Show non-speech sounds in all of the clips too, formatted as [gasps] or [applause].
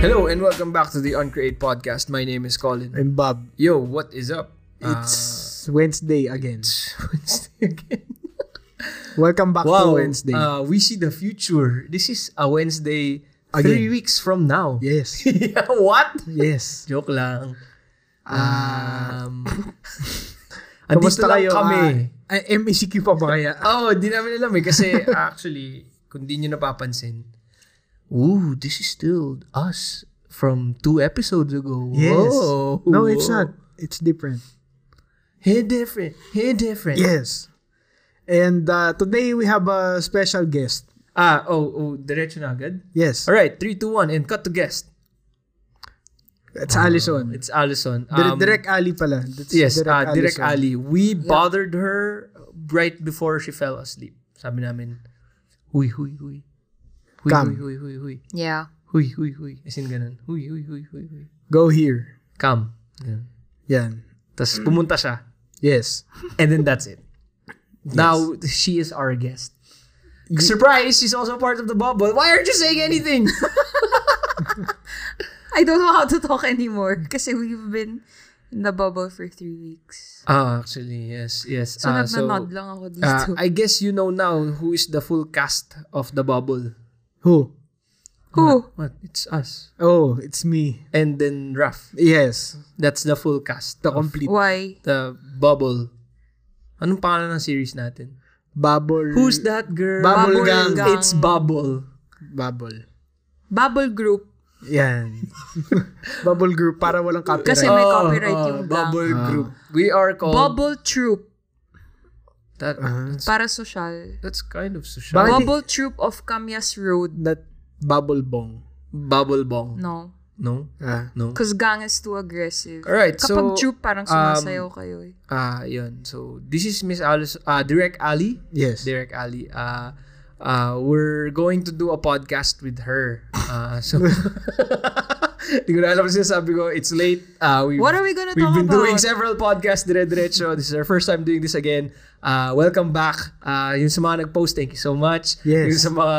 Hello and welcome back to the Uncreate podcast. My name is Colin. I'm Bob. Yo, what is up? It's Wednesday again. Uh, Wednesday [laughs] again. Welcome back Wow, to Wednesday. Uh, we see the future. This is a Wednesday three Again. weeks from now. yes. [laughs] Yeah, what? Yes. Joke lang. [laughs] Ah. Um, andito lang kami. Uh, MECQ pa ba kaya? Oh, di namin alam eh. Kasi [laughs] actually, kung di nyo napapansin, ooh, this is still us from two episodes ago. Yes. Whoa. No, it's not. It's different. Hey, different. Hey, different. Yes. And uh, today we have a special guest. Ah, oh, oh, diretso na agad. Yes. Alright, 3, 2, 1, and cut to guest. It's Allison. It's Allison. Dir- Ah. Um, direct Ali pala. That's Yes, ah, Direct Ali. Allison. We bothered her right before she fell asleep. Sabi namin, huy, huy, huy. Huy, huy, Come. huy, huy, huy. Yeah. Huy, huy, huy. As in ganun. Huy, huy, huy, huy, huy. Go here. Come. Ganun. Yan. Tapos pumunta siya. Yes. And then that's it. Now, she is our guest. Surprise! She's also part of the bubble. Why aren't you saying anything? I don't know how to talk anymore [laughs] kasi we've been in the bubble for three weeks. Ah, actually, yes, yes. So, Ah, nagnanod lang ako dito. Ah, I guess you know now who is the full cast of the bubble. Who? Who? What? It's us. Oh, it's me. And then Raf. Yes. That's the full cast. The of complete Why? The bubble. Anong pangalan ng series natin? bubble. Who's that girl? Bubble Gang. Gang. It's Bubble. Bubble. Bubble group. [laughs] Yan. bubble group para walang copyright. Kasi may copyright Oh, yung gang. Ah, Bubble Group. We are called... Bubble troop. That, that's, Para social. that's kind of social. Bakit- Bubble troop of Kamyas Road. that bubble bong. Bubble Bong. No. No? Ah. No? Cause gang is too aggressive. Alright, so, Kapag troop, parang um, sumasayaw kayo eh. Ah, yun. So, this is Miss Alice... Uh, Direct Ali. Yes. Derek Ali. Uh, uh, we're going to do a podcast with her. Uh, so, [laughs] hindi ko na alam kasi sabi ko, it's late. Uh, we've, What are we gonna we've talk been doing about? several podcasts dire-diretso. This is our first time doing this again. Uh, welcome back. Uh, yung sa mga nag-post, thank you so much. Yes. Yung sa mga,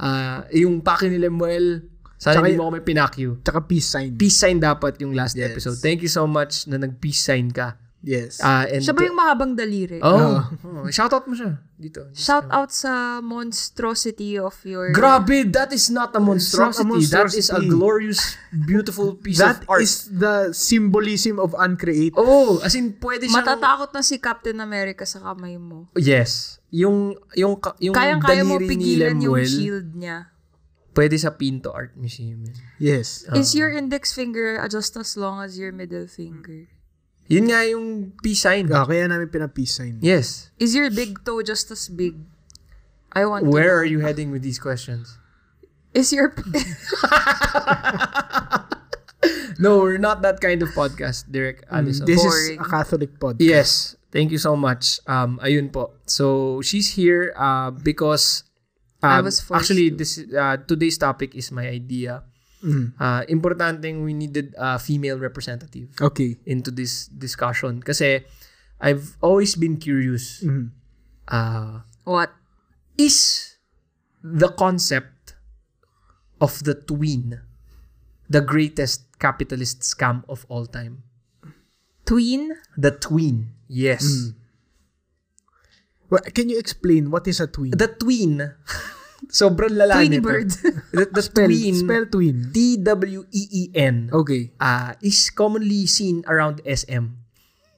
uh, yung paki ni Lemuel, sana Tsaka hindi y- mo kami pinakyu. Tsaka peace sign. Peace sign dapat yung last Yes. episode. Thank you so much na nag-peace sign ka. Yes. Uh, and, Siya ba yung mahabang daliri? Oh, oh. Shoutout mo siya. Dito. Shout out sa monstrosity of your... Grabe, that is not a monstrosity. That is a monstrosity. glorious, beautiful piece of that art. is the symbolism of uncreate. oh, as in pwede siyang... Matatakot na si Captain America sa kamay mo. Yes. Yung, yung, ka- yung Kayang-kaya mo daliri pigilan ni yung Lemuel, shield niya. pwede sa Pinto Art Museum. yun. Yes. Ah. Is your index finger just as long as your middle finger? Yun nga yung peace sign. Ah, kaya namin pina-peace sign. Yes. Is your big toe just as big? I want Where are to. you heading with these questions? Is your... No, we're not that kind of podcast, Derek Allison. Hmm, This is Boring. a Catholic podcast. Yes. Thank you so much. Um, ayun po. So, she's here uh, because I um, was forced actually to. this uh, today's topic is my idea. Mm-hmm. Uh, importanteng we needed a female representative Okay. into this discussion kasi I've always been curious. Mhm. Mm-hmm. Uh, [laughs] what? is the concept of the twin the greatest capitalist scam of all time? Tween? The twin. Yes. Mm-hmm. Well, can you explain what is a twin? The twin. [laughs] Sobrang lala Tween nito. bird. [laughs] The, the spell, tween. spell twin. T-W-E-E-N. E Okay. ah, is commonly seen around SM.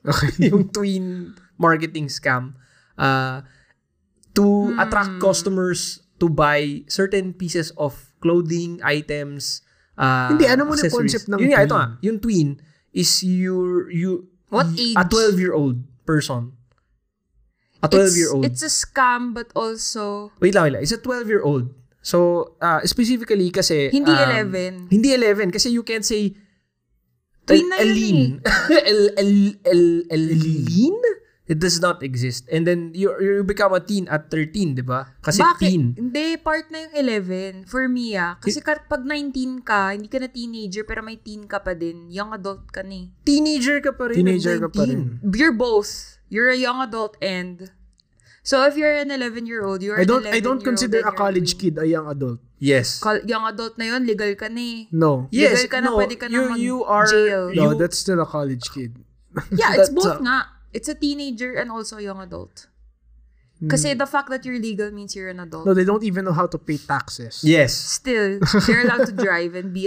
Okay. [laughs] Yung twin marketing scam. ah, Hmm. to attract customers to buy certain pieces of clothing, items, ah, Hindi, ano muna yung accessories. concept ng Yun nga, ito tween? nga. Yung twin is your, you, What age? a 12-year-old person. A It's- 12-year-old. It's a scam but also... Wait lang, wait lang. It's a 12-year-old. So, uh, specifically kasi... Hindi um, 11. Hindi 11. Kasi you can say... Twin na yun eh. [laughs] El, el, el, el, elin? It does not exist. And then, you, you become a teen at 13, di ba? Kasi Bakit? teen. Hindi, part na yung 11. For me, ah. Kasi kapag 19 ka, hindi ka na teenager, pero may teen ka pa din. Young adult ka na eh. Teenager ka pa rin. Teenager at ka pa rin. 19. You're both. You're a young adult and So if you're an 11-year-old, you're I don't an I don't consider a college kid a young adult. Yes. Young adult na yun, legal ka na eh. No. Yes, Legal ka na, no, pwede ka na you, mag- you are, jail. You, No, that's still a college kid. Mm-hmm. Yeah, That's it's both a- nga. It's a teenager and also a young adult. Hmm. Kasi the fact that you're legal means you're an adult. No, they don't even know how to pay taxes. yes. Still, you're allowed to drive and be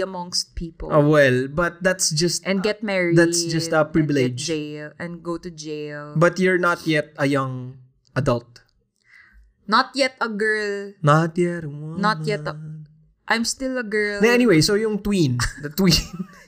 [laughs] amongst people. Ah, Oh, well, but that's just, and get uh, married. that's just a And privilege. get jail and go to jail. but you're not yet a young adult. Not yet a girl. Not yet. a woman. Not yet a- I'm still a girl. Na- Anyway, so yung tween, the tween,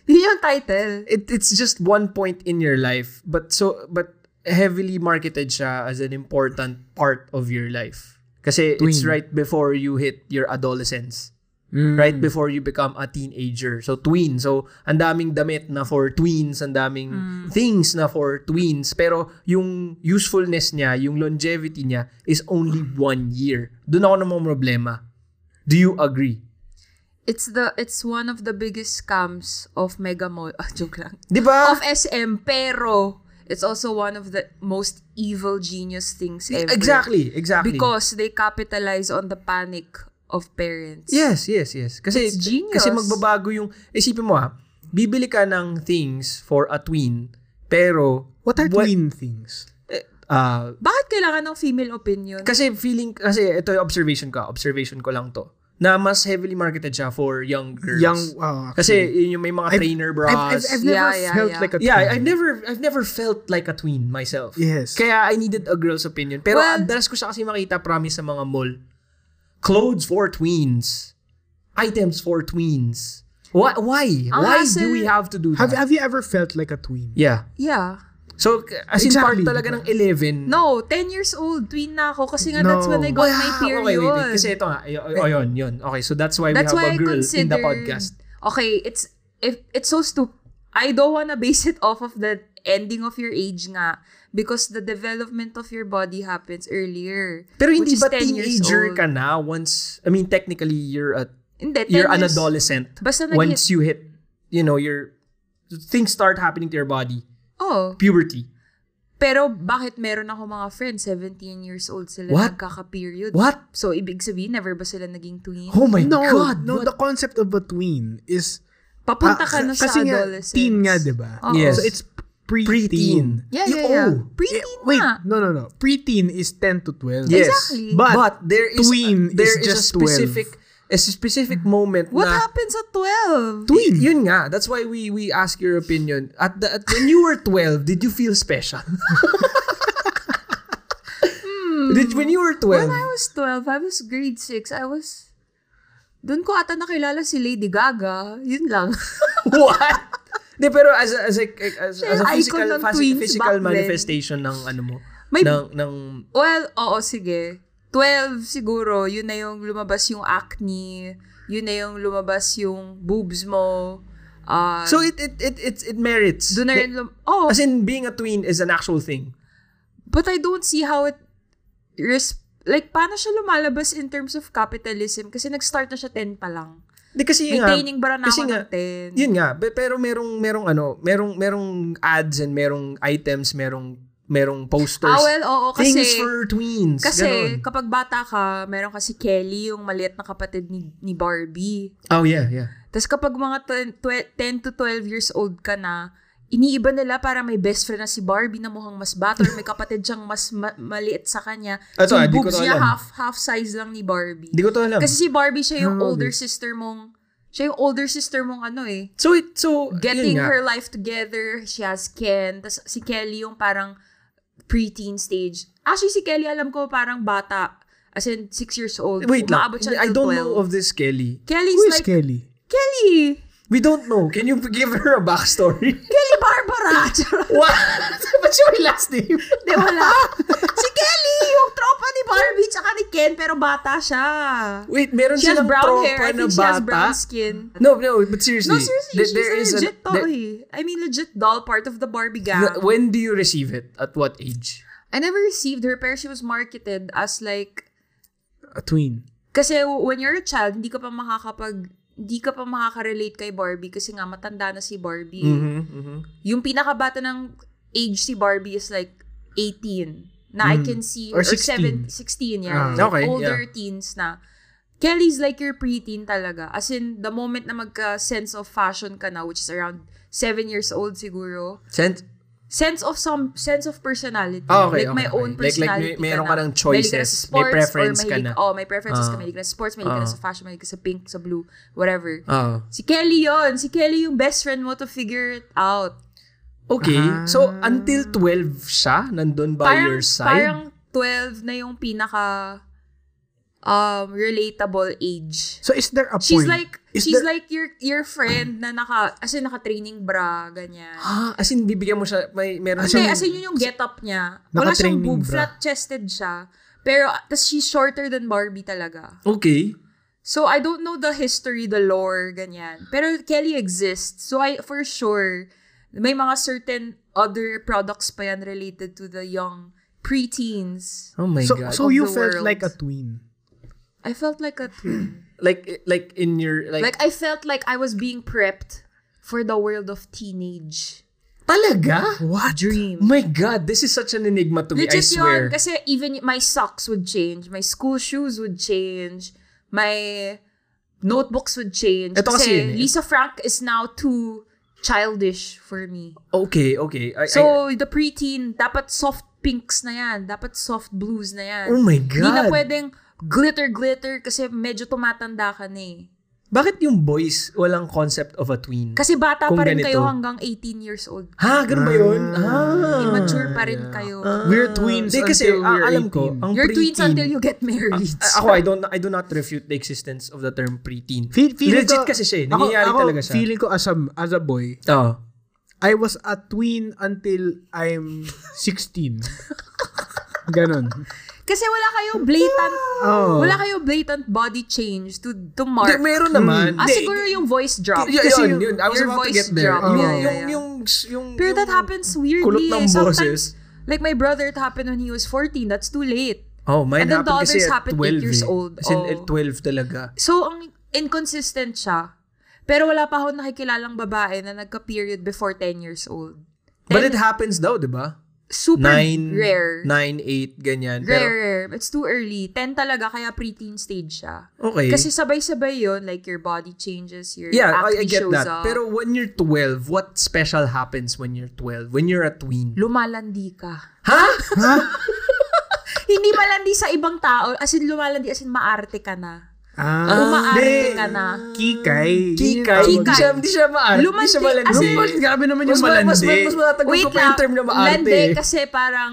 Yun yung title. it, it's just one point in your life, but so, but heavily marketed siya as an important part of your life. Kasi it's Tween. right before you hit your adolescence. Mm. Right before you become a teenager. So, tween. So, ang daming damit na for tweens, ang daming Mm. things na for tweens. Pero, yung usefulness niya, yung longevity niya, is only one year. Doon ako namang problema. Do you agree? It's the it's one of the biggest scams of Mega Mall. [laughs] Ah, joke lang. Di ba? Of SM, pero it's also one of the most evil genius things ever. Exactly, exactly. Because they capitalize on the panic of parents. Yes, yes, yes. Kasi It's genius. kasi magbabago yung isipin mo ha, bibili ka ng things for a tween, pero What are What- tween things? ah, Bakit kailangan ng female opinion? kasi feeling kasi ito yung observation ka, observation ko lang to. Na mas heavily marketed siya for young girls. Young oh, kasi actually. yun yung may mga trainer bras. I've, I've, I've never Yeah, yeah, felt yeah. like a yeah, tween. ano? I've never I've never felt like a tween myself. Yes. Kaya I needed a girl's opinion. Pero Well- ang dalas ko siya kasi makita promise sa mga mall. Clothes for tweens. Items for tweens. Why why? Ang why do hassle- we have to do that? Have have you ever felt like a tween? yeah. Yeah. So k- as in Exactly. part talaga ng 11. No, 10 years old, tween na ako kasi nga that's No. when I got my Okay, wait, period. wait. Kasi ito nga. ay- ay- oh, yun, yun. Okay, so that's why That's we have why I a girl consider in the podcast. Okay, it's if it's so stupid. I don't wanna base it off of the ending of your age nga because the development of your body happens earlier. Pero hindi which is ba 10 years teenager old. ka na once, I mean, technically, you're a Hindi, 10 you're an years- adolescent. Basta nag- Once you hit, you know, your things start happening to your body. Oh, Puberty. pero bakit meron ako mga friends 17 years old sila What? nagkaka-period? What? So ibig sabihin never ba sila naging tween? Oh my No, god. no. what- The concept of a tween is Papunta Ah, ka na sa kasi nga, adolescence. teen nga, di ba? Oo. Yes. so it's pre-teen. Pre-teen. You- Yeah, yeah, yeah. oh. Preteen Eh, wait, na. no, no, no. Pre-teen is 10 to 12. Yes. Exactly. But, But there is tween there is, is just a specific a specific moment What na happens at 12? tween. Yun nga. That's why we we ask your opinion. At the at, when you were 12, did you feel special? [laughs] Did when you were 12? Hmm. When I was 12, I was grade 6. I was... Doon ko ata nakilala si Lady Gaga. Yun lang. [laughs] [laughs] What? Hindi, pero as a, as a, as, as a Icon physical, ng fas- twins physical back then. manifestation ng ano mo, May- ng, ng, well, oo, sige. 12 siguro, yun na yung lumabas yung acne. Yun na yung lumabas yung boobs mo. ah so it, it, it, it, it merits. doon na rin lum- Oh, As in, being a tween is an actual thing. but I don't see how it... Res- like, paano siya lumalabas in terms of capitalism? Kasi nag-start na siya 10 pa lang. Hindi kasi May nga, training bara na kasi ako nga, ng 10. Yun nga, be- pero merong merong ano, merong merong ads and merong items, merong merong posters. Ah, well, oo, kasi... Things for tweens. Kasi ganun. kapag bata ka, meron kasi Kelly, yung maliit na kapatid ni, ni Barbie. oh yeah, yeah. Tapos kapag mga 10, 10 to 12 years old ka na, iniiba nila para may best friend na si Barbie na mukhang mas bata or may kapatid siyang mas ma- maliit sa kanya. Ito, ah, yung di ko boobs to niya alam. half half size lang ni Barbie. Hindi ko to alam. Ano Kasi si Barbie siya yung Ah, older di- sister mong siya yung older sister mong ano eh. so it so Getting yun nga. her life together, she has Ken. Tapos si Kelly yung parang preteen stage. Actually, si Kelly alam ko parang bata. As in, six years old. Wait lang. Umaabot siya I till don't 12. know of this Kelly. Kelly's Who is like, Kelly? Kelly! We don't know. Can you give her a [laughs] backstory? Kelly Barbara! [laughs] Charot. What? [laughs] What's your last [laughs] name? Di, [laughs] wala. si Kelly! Yung tropa ni Barbie tsaka ni Ken, pero bata siya. Wait, meron She has silang brown tropa hair. I na think she has bata. brown skin. No, no, but seriously. No, seriously, th- she's there a is legit a- doll there- eh. I mean, legit doll, part of the Barbie gang. th- when do you receive it? At what age? I never received her, pero she was marketed as like A tween. Kasi when you're a child, hindi ka pa makakapag hindi ka pa makaka-relate kay Barbie kasi nga matanda na si Barbie. Mm-hmm, mm-hmm. Yung pinakabata ng age si Barbie is like 18. na I can see Or or, 7 16 yeah Mm. Ah, okay, older yeah. teens na Kelly's like your preteen talaga as in the moment na magka sense of fashion ka na which is around 7 years old siguro Sen- sense of some sense of personality Ah, okay, like okay, my okay. own Like- like may- personality meron na. ka ng Mahilig choices, sa may preference or ka na. mahilig- oh may preferences Ah. ka mahilig ka na sa sports mahilig ka na Ah. sa fashion mahilig ka sa pink sa blue whatever ah. si Kelly yon si Kelly yung best friend mo to figure it out Okay. So, until 12 siya, nandun by your Ah. Parang side? 12 na yung pinaka um, relatable age. So is there a She's point? like is she's there- like your your friend na naka as in naka training bra ganyan. ah, as in, bibigyan mo siya, may, meron Hindi, siyang- as in yun yung getup niya. Wala siyang Naka-training boob, bra. flat-chested siya. Pero, tas she's shorter than Barbie talaga. Okay. So, I don't know the history, the lore, ganyan. Pero Kelly exists. So, I, for sure, may mga certain other products pa yan related to the young preteens. Oh my so, God. so Of you the felt world. like a twin. I felt like a twin. like, like in your, like, like I felt like I was being prepped for the world of teenage talaga? What? Oh dream. my God, this is such an enigma to me, I Legit swear. yun. Kasi even y- my socks would change. My school shoes would change. My notebooks would change. Ito kasi yun eh. Lisa Frank is now too childish for me. okay, okay. I, I, So, the preteen, dapat soft pinks na yan. Dapat soft blues na yan. oh my Hindi na God. pwedeng glitter-glitter kasi medyo tumatanda ka na eh. Bakit yung boys walang concept of a tween? Kasi bata Kung pa rin kayo ganito. hanggang 18 years old. ha, ganun ba yun? Ah. Immature pa rin kayo. We're twins Uh, Hindi kasi, until ah, we're alam ko, 18. ang You're preteen, Ah, twins until you get [laughs] married. A- ako, I don't, I do not refute the existence of the term preteen. Feel, feeling Legit ko- kasi siya eh. ako- Nangyayari ako, talaga siya. Feeling ko as a, as a boy, Oo. I was a twin until I'm 16. [laughs] Ganon. Kasi wala kayo blatant, Ah. Oh. wala kayo blatant body change to to mark. Hindi, meron naman. ah, Hindi, siguro yung voice drop. Y- Kasi yun, yung- yun, I was your about to voice get there. drop. Yung, Yeah, yeah, yeah. yung, yung, yung, Pero that yung- happens weirdly. kulot ng eh. Sometimes, boses. like my brother, it happened when he was 14. That's too late. Oh, mine And then the happened kasi others at happened 12 eight years eh. old. As in, Oh. at 12 talaga. So, ang inconsistent siya. Pero wala pa akong nakikilalang babae na nagka-period before 10 years old. But it Ten- happens daw, di ba? Super 9, rare. 9, 8, ganyan. Rare, Pero, rare. It's too early. 10 talaga, kaya preteen stage siya. okay. Kasi sabay-sabay yon like your body changes, your yeah, I, I acne get shows that. up. Pero when you're 12, what special happens when you're 12? When you're a tween? lumalandi ka. Ha? [laughs] Hindi malandi sa ibang tao, as in lumalandi, as in maarte ka na. Ah, Umaarte hindi. ka na. kikay. Kikay. Yun yung Hindi tawag. siya, hindi siya maarte. Hindi siya Lumandi. malandi. As in- Mas- Grabe naman mas, yung mas, mas, malandi. mas matatagpo Wait ko pa lang, yung term na maarte. landi eh. kasi parang,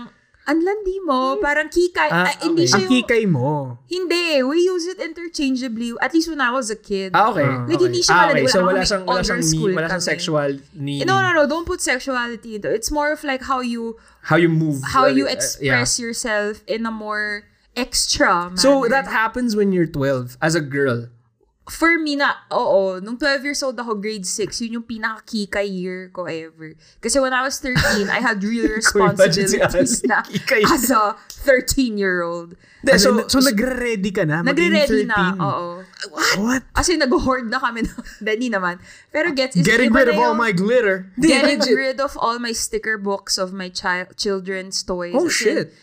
ang landi mo, parang kikay. Ah, Ah, Hindi okay. Ang siya yung, kikay mo. hindi, we use it interchangeably, at least when I was a kid. Ah, okay. Like, okay. hindi siya ah, okay. malandi. Wala So, kami wala siyang, wala honor siyang, school ni, wala siyang kami. sexual meaning. No, no, no, don't put sexuality into it. It's more of like how you, How you move. how you uh, yeah. express yourself in a more extra manner. So, that happens when you're 12 as a girl. for me na, oo, nung 12 years old ako, grade 6, yun yung pinaka-kika year ko ever. Kasi when I was 13, I had real [laughs] imagine si responsibilities Ate, na kika yun. as a 13-year-old. Hindi, So, so, so, nagre-ready ka na? Maging Nagre-ready 13. na, oo. What? As in, nag-hoard na kami. ng- [laughs] Hindi naman. Pero gets, is Getting iba rid na of all yung- my glitter. Hindi, Getting [laughs] legit. rid of all my sticker books of my child children's toys. Oh, As in, shit.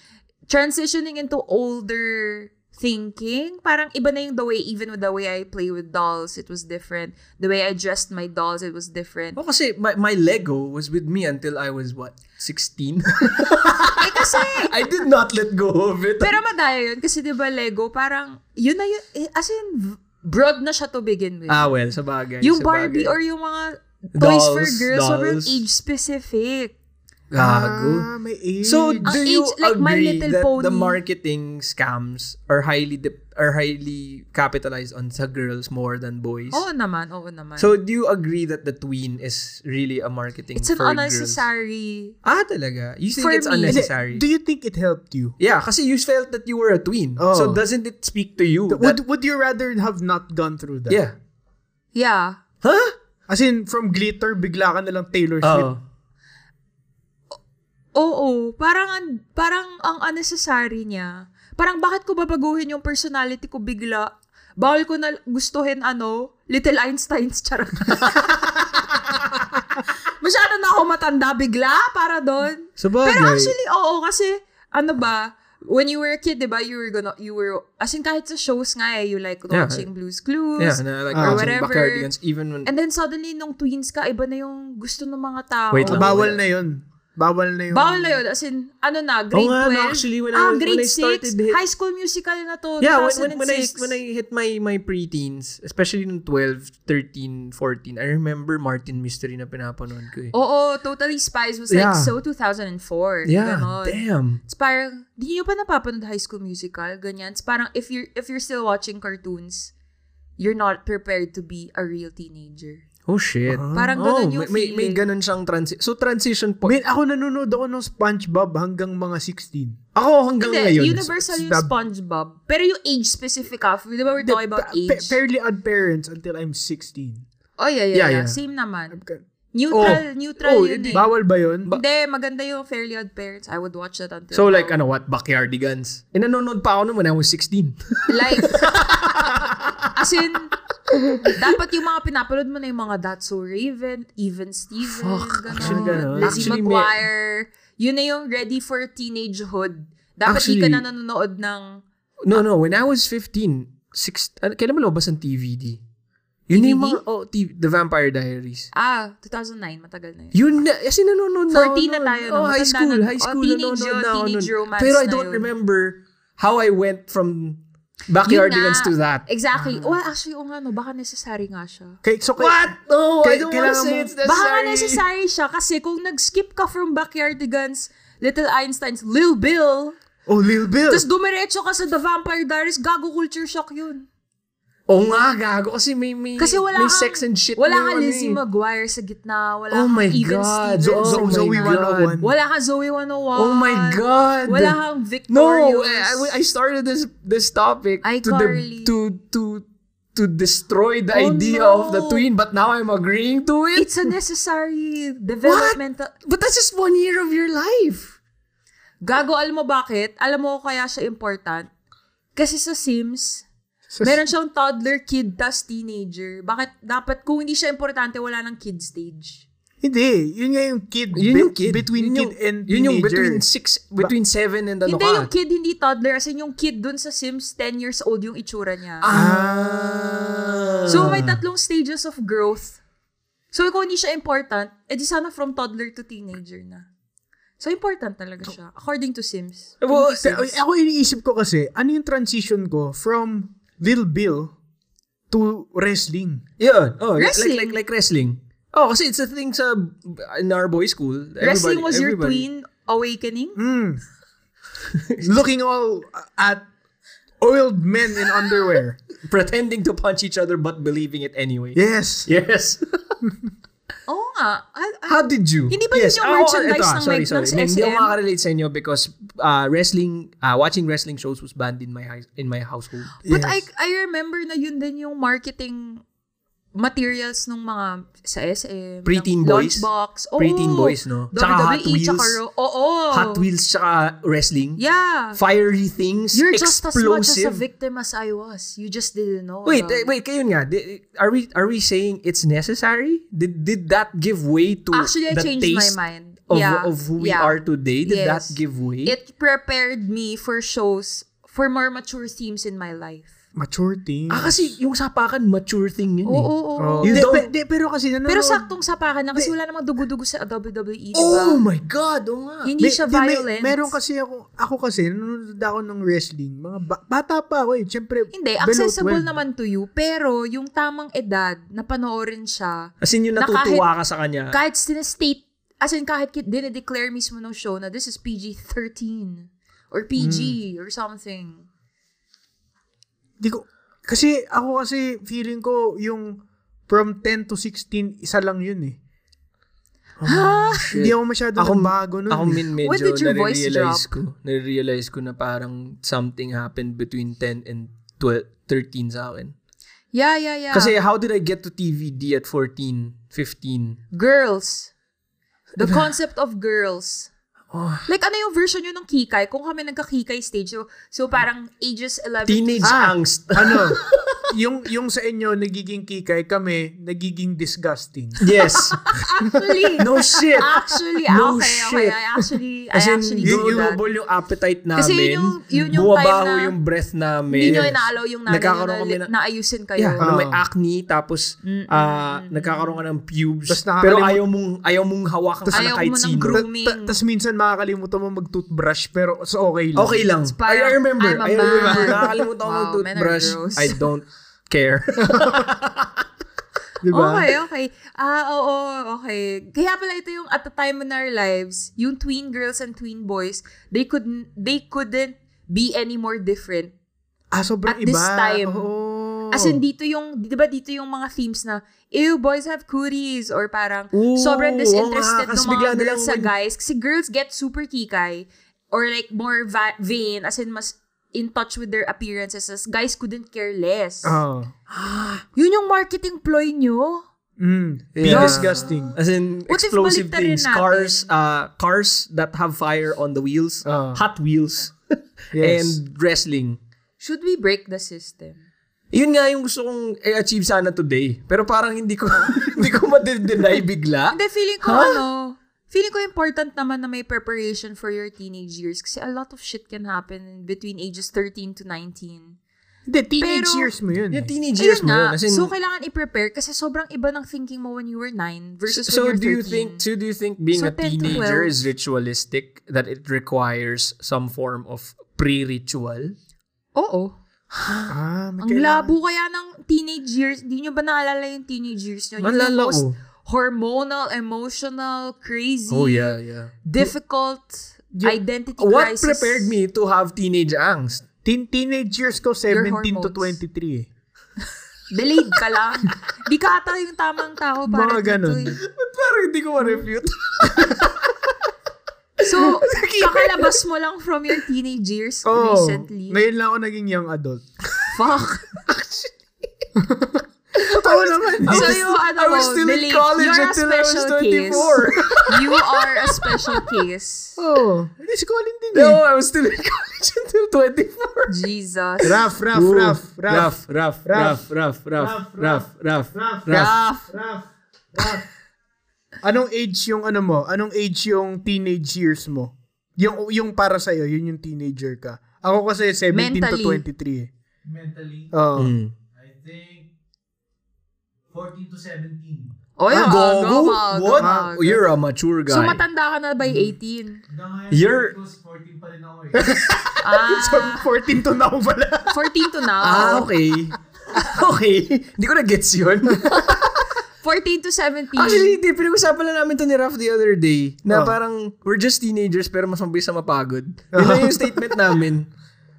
transitioning into older thinking, parang iba na yung the way, even with the way I play with dolls, it was different. The way I dressed my dolls, it was different. Oh, kasi my, my Lego was with me until I was, what, 16? Eh kasi, [laughs] I did not let go of it. pero madaya yun kasi 'di ba Lego parang yun na yun eh, as in v- broad na siya to begin with. ah, well, sa bagay. yung sa Barbie bagay. or yung mga toys for Dolls, girls sobrang dolls. age specific. Gago. Ah, may age. So, do Ang you age, like My agree Little that the Pony. marketing scams are highly dep- are highly capitalized on sa girls more than boys? Oo naman, oo naman. So, do you agree that the tween is really a marketing it's an for unnecessary. girls? Ah, talaga? You think For it's me. Hindi, [laughs] unnecessary? Do you think it helped you? yeah, kasi you felt that you were a tween. Oh. So, doesn't it speak to you? that- would, would you rather have not gone through that? yeah. Yeah. Huh? As in, from glitter, bigla ka nalang Taylor Swift. Oh. Oo, parang an- parang ang unnecessary niya. Parang bakit ko babaguhin yung personality ko bigla? Bawal ko na gustuhin ano, Little Einsteins charot. [laughs] Masyado na ako matanda bigla para doon. Sabagay. Pero actually, oo, kasi ano ba, when you were a kid, di ba, you were gonna, you were, as in kahit sa shows nga eh, you like Yeah. watching Blues Clues. Yeah, na like Ah. watching Whatever. Backyardigans, even when, And then suddenly, nung tweens ka, iba na yung gusto ng mga tao. Wait lang. Ah, bawal na yun. Bawal na yun. Bawal na yun. As in, ano na, grade Oo nga, no, 12. actually, when I ah, was- grade when I started 6. hit- High school musical na to. yeah, when, when, 2006. when, I, when I hit my, my preteens, especially nung 12, 13, 14, I remember Martin Mystery na pinapanood ko eh. Oo, Totally Spies was Yeah. like so 2004. yeah, Ganon. damn. It's parang, di nyo pa napapanood High School Musical? Ganyan. It's parang, if you're, if you're still watching cartoons, you're not prepared to be a real teenager. Oh shit. Parang oh, may, ganun yung may, may feeling. ganun siyang transi- So transition point. Man, ako nanonood ako ng SpongeBob hanggang mga 16. Ako hanggang Hindi, ngayon. universal yung stab- SpongeBob. Pero yung age specific ah. Di ba we're talking Pa- about pa- age? fairly odd parents until I'm 16. oh, yeah, yeah, Yeah, yeah, yeah. Same naman. Ka- Neutral, Oh, neutral yun eh. Bawal ba yun? Hindi, maganda yung Fairly Odd Parents. I would watch that until So like now. ano what backyardigans. Eh nanonood pa ako noon when I was 16. Like, [laughs] as in, dapat yung mga pinapanood mo na yung mga That's So Raven, Even Steven, Fuck, ganon, actually ganon. Lizzie Actually, may- McGuire. Yun na yung ready for teenagehood. Dapat di ka Actually- na nanonood ng [laughs] no no, when I was 15, six, ano, kailan malabas ang TVD? Yun na yung mga DVD? oh, T- The Vampire Diaries. Ah, 2009, matagal na yun. Yun na, kasi nanonood na 14 na ako tayo, nun. no? Oh, high Matanda school, na- high oh, school, teenage nanonood na yun, ako teenage nun. romance Pero I na don't yun. remember how I went from Yun backyardigans nga. to that. Ah. Exactly. well, actually, oh nga, no, baka necessary nga siya. Kay, so kay, What? No, I Kaya- don't wanna kailangan say mo- it's Baka nga necessary. necessary siya kasi kung nag-skip ka from Backyardigans, Little Einsteins, Lil Bill, Oh, Lil Bill. tapos dumiretso ka sa The Vampire Diaries, gago culture shock yun. Oo nga, gago. Kasi may, may, Kasi wala may kang- sex and shit. Wala na yun, kang Lizzie eh. McGuire sa gitna. Wala Oh kang my Even God. Stevens. Zo- Zo- oh my Zoe God. 101. wala kang Zoe 101. Oh my God. Um, Wala kang Victorious. No, I, I started this this topic to the, iCarly. to to to destroy the Oh, idea no. of the twin, but now I'm agreeing to it. It's a necessary developmental... but that's just one year of your life. Gago, alam mo bakit? Alam mo kaya siya important? Kasi sa Sims, Sa- meron siyang toddler, kid, tas teenager. Bakit dapat kung hindi siya importante, wala ng kid stage? Hindi. Yun nga yung kid. Yun be- yung kid Between yun kid yung- and yun yung teenager. between six between seven and ano hindi ka. yung kid, hindi toddler. As in, yung kid dun sa Sims, 10 years old yung itsura niya. Ah. So, may tatlong stages of growth. So, kung hindi siya important, eh di sana from toddler to teenager na. So, important talaga siya. According to Sims. Well, Sa- ako iniisip ko kasi, ano yung transition ko from Lil Bill to wrestling? yeah. Oh, like- Wrestling. Like, like like wrestling. Oh, kasi it's a thing sa in our boys school. Wrestling was your everybody- Hmm. twin awakening? Mm. Looking all at oiled men in underwear. pretending to punch each other but believing it anyway. Yes. Yes. [laughs] Oo nga. I- I- How did you? Hindi ba yun yung ako- merchandise ah, ng sorry, Meg- sorry. ng Hindi ako SM? makarelate sa inyo because uh, wrestling, uh, watching wrestling shows was banned in my high, in my household. Yes. But I I remember na yun din yung marketing materials nung mga sa SM. Preteen ng boys. Lunchbox. Oo. Preteen boys, no? Tsaka Hot WWE, tsaka Wheels. Ro- Oo. Hot Wheels tsaka wrestling. Oh. Yeah. Fiery things. You're just as much as a explosive. victim as I was. You just didn't know. Wait, eh, about it. wait, kayo nga. di- Are we are we saying it's necessary? Did did that give way to Actually, I the changed my taste mind. of yeah. of who we yeah. are today? Did that Yes. give way? It prepared me for shows, for more mature themes in my life. Mature team. ah, kasi yung sapakan mature thing yun eh. Oo, oo, oo. You Hindi, don't- oh, pe- hindi, pero kasi nanonood. Pero saktong sapakan na kasi wala namang dugo-dugo sa WWE, di Oh ba? my God, oo nga. diba? Hindi May- siya di, may- violent. meron kasi ako, ako kasi, nanonood ako ng wrestling. Mga ba- bata pa ako eh. Siyempre, Hindi, below accessible 12. naman to you, pero yung tamang edad na panoorin siya, As in, yung Na natutuwa kahit- ka sa kanya. kahit sinestate, as in kahit kit- dinedeclare mismo ng show na this is PG-13 Hmm. or PG or something. Di ko, kasi ako kasi feeling ko yung from 10 to 16, isa lang yun [gasps] eh. Oh, Hindi ako masyado Ako- ako, bago nun. Ako eh. min medyo When Mm. did your voice nare-realize drop? ko. Nare-realize ko na parang something happened between 10 and 12, 13 sa akin. Yeah, yeah, yeah. Kasi how did I get to TVD at 14, 15? girls. The Ano? concept of girls. Oh. Like, ano yung version yun ng kikay? Kung kami nagka-kikay stage, so, so parang ages 11 Teenage Ah. angst. ano, [laughs] yung, yung sa inyo, nagiging kikay kami, nagiging disgusting. [laughs] yes. Actually, [laughs] No shit. actually, No okay, shit. okay. I actually actually, I As in, actually yun- do yung that. humble yung appetite namin. Kasi yun yung- yun yung bumabaho time na yung breath namin. Hindi nyo inaalaw yung nanay nyo Nagkakaroon na, kami na, na- naayusin kayo. Yeah, ano, may Ah. acne, tapos ah, nagkakaroon ka ng pubes. Tapos nakakalimut- pero ayaw mong, ayaw mong hawakan ka na Ayaw kahit mo ng sino. group. Grooming. Tapos minsan makakalimutan mo mag-toothbrush pero it's okay lang. Okay lang. parang, I remember. I'm I a remember. man. Nakakalimutan ko Wow, ng men are toothbrush. gross. I don't [laughs] care. diba? Di ba? Okay, okay. Ah, oo, okay. Kaya pala ito yung at the time in our lives, yung tween girls and tween boys, they could they couldn't be any more different. Ah, sobrang At this iba. Oh. time. Oo. Oh. As in dito yung, 'di ba dito yung mga themes na ew, boys have cooties or parang Ooh, oo sobrang disinterested nga, ng kasi mga bigla na girls lang sa when- guys kasi girls get super kikay or like more va- vain as in mas in touch with their appearances as guys couldn't care less. Ah. Yun yung marketing ploy nyo. Mm. Be Yeah. disgusting. As in, What if explosive baliktarin things. natin? Cars, uh, cars that have fire on the wheels. Ah. hot wheels. Yes. And wrestling. Should we break the system? Yun nga yung gusto kong i-achieve sana today. Pero parang hindi ko [laughs] hindi ko madideny bigla. Hindi, feeling ko Huh? ano, feeling ko important naman na may preparation for your teenage years kasi a lot of shit can happen between ages 13 to 19. Hindi, teenage Pero- years mo yun. Yung eh. teenage years Ayun mo yun. nga. As in, so, kailangan i-prepare kasi sobrang iba ng thinking mo when you were 9 versus so when do you you were 13. think so do you think being So, a 10 to teenager 12. is ritualistic that it requires some form of pre-ritual? Oo. Ah, may Ang kailangan. labo kaya ng teenage years. Hindi nyo ba naalala yung teenage years nyo? Yung Naalala most ko. hormonal, emotional, crazy, Oh yeah, yeah. difficult, identity What crisis. prepared me to have teenage angst? Teen- teenage years ko, 17 to hormones. 23 eh. Delayed ka lang. [laughs] Di ka ata yung tamang tao para Mga ganun. dito eh. Ba't parang hindi ko [laughs] ma-refute? [laughs] So, kakalabas mo lang from your teenage years Oh, Oo. recently. Oh. Ngayon lang ako naging young adult. Fuck. [laughs] Totoo naman. so, yung ano I was mo, still in believe, college you're a until I was special 24. case. you are a special case. Oo. Oh. Hindi, si Colin din eh. [laughs] No, I was still in college until 24. Jesus. Raf, Raf, Ooh. Raf, Raf. Raf, Raf, Raf, Raf, Raf, Raf, Raf, Raf, Rough. Raf. Raf. [laughs] Anong age yung ano mo? Anong age yung teenage years mo? Yung yung para sa iyo, yun yung teenager ka. Ako kasi 17 Mentally. Ah. to 23 eh. mentally, Oo. I think 14 to 17. Oy, Ang ang gogo? aga, maaga, What? maaga. You're a mature guy. Hmm. So, matanda ka na by [laughs] 18. Hanggang ngayon, You're- it was 14 pa rin ako eh. Ah, 14 to now [laughs] pala. 14 to now. ah, okay. [laughs] okay. Hindi ko na-gets yun. 14 to 17. Actually, hindi. Pinag-usapan lang namin to ni Raf the other day. Na Oh. parang, we're just teenagers pero mas mabilis sa mapagod. Yun lang yung statement namin.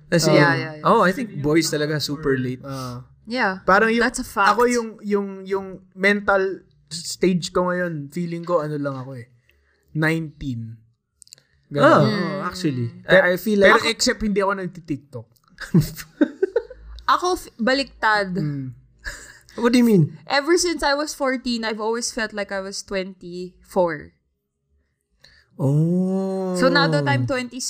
Kasi, Yeah, yeah, yeah. oh, I think boys talaga super late. Ah. yeah. Parang yung That's a fact. ako yung yung yung mental stage ko ngayon, feeling ko ano lang ako eh. 19. Ganun. Ah, oh, actually. I, I feel Pero like... except hindi ako nagti-TikTok. Ako, f- baliktad. Hmm. what do you mean? Ever since I was 14, I've always felt like I was 24. Oh. So now that I'm 26,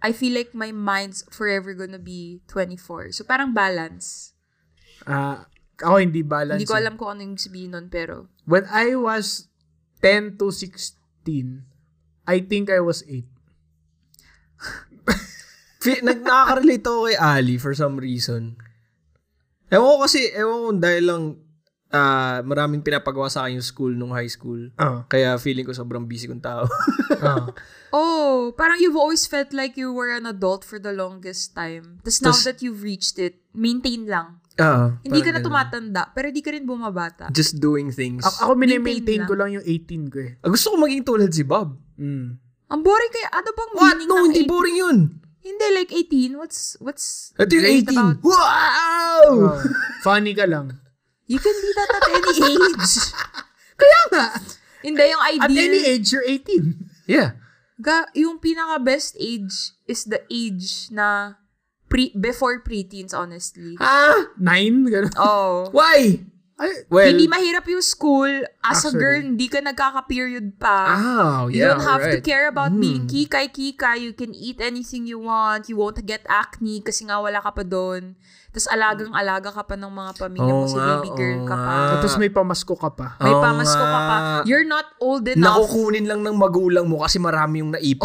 I feel like my mind's forever gonna be 24. So parang balance. Ah, ako hindi balance. Hindi ko eh. alam kung ano yung sabihin nun, pero When I was 10 to 16, I think I was 8. Fe- nag nakaka-relate ako kay Ali for some reason. Ewan ko kasi, ewan ko dahil lang ah, maraming pinapagawa sa akin yung school nung high school. Ah. Kaya feeling ko sobrang busy kong tao. [laughs] Ah. oh, parang you've always felt like you were an adult for the longest time. Tapos now Tas- that you've reached it, maintain lang. Ah, Hindi ka parang na ganun. tumatanda, pero hindi ka rin bumabata. Just doing things. A- ako mini-maintain Maintain ko lang yung 18 ko eh. Ah, gusto ko maging tulad si Bob. Mm. Ang boring kaya. Ano bang What? meaning No, ng hindi 18? boring yun. Hindi, like 18. What's, what's Ito yung great 18. about- Oh. Wow! Ah, funny ka lang. You can be that at [laughs] any age. [laughs] Kaya nga. Hindi, yung At ideal. any age, you're 18. Yeah. Ga, yung pinaka best age is the age na [laughs] pre before preteens honestly. Ah! Nine? Ganun. Oh. Why? Ay, Well, hindi mahirap yung school. As a Actually. girl, hindi ka nagkaka-period pa. oh, you yeah, don't have to alright. care about being Mm. kikay-kika. You can eat anything you want. You won't get acne kasi nga wala ka pa doon. Tapos alagang-alaga ka pa ng mga pamilya Oo mo. Si nga, baby girl oo ka pa. nga. tapos may pamasko ka pa. May Oo pamasko ka pa. nga. You're not old enough. Nakukunin lang ng magulang mo kasi marami yung naipon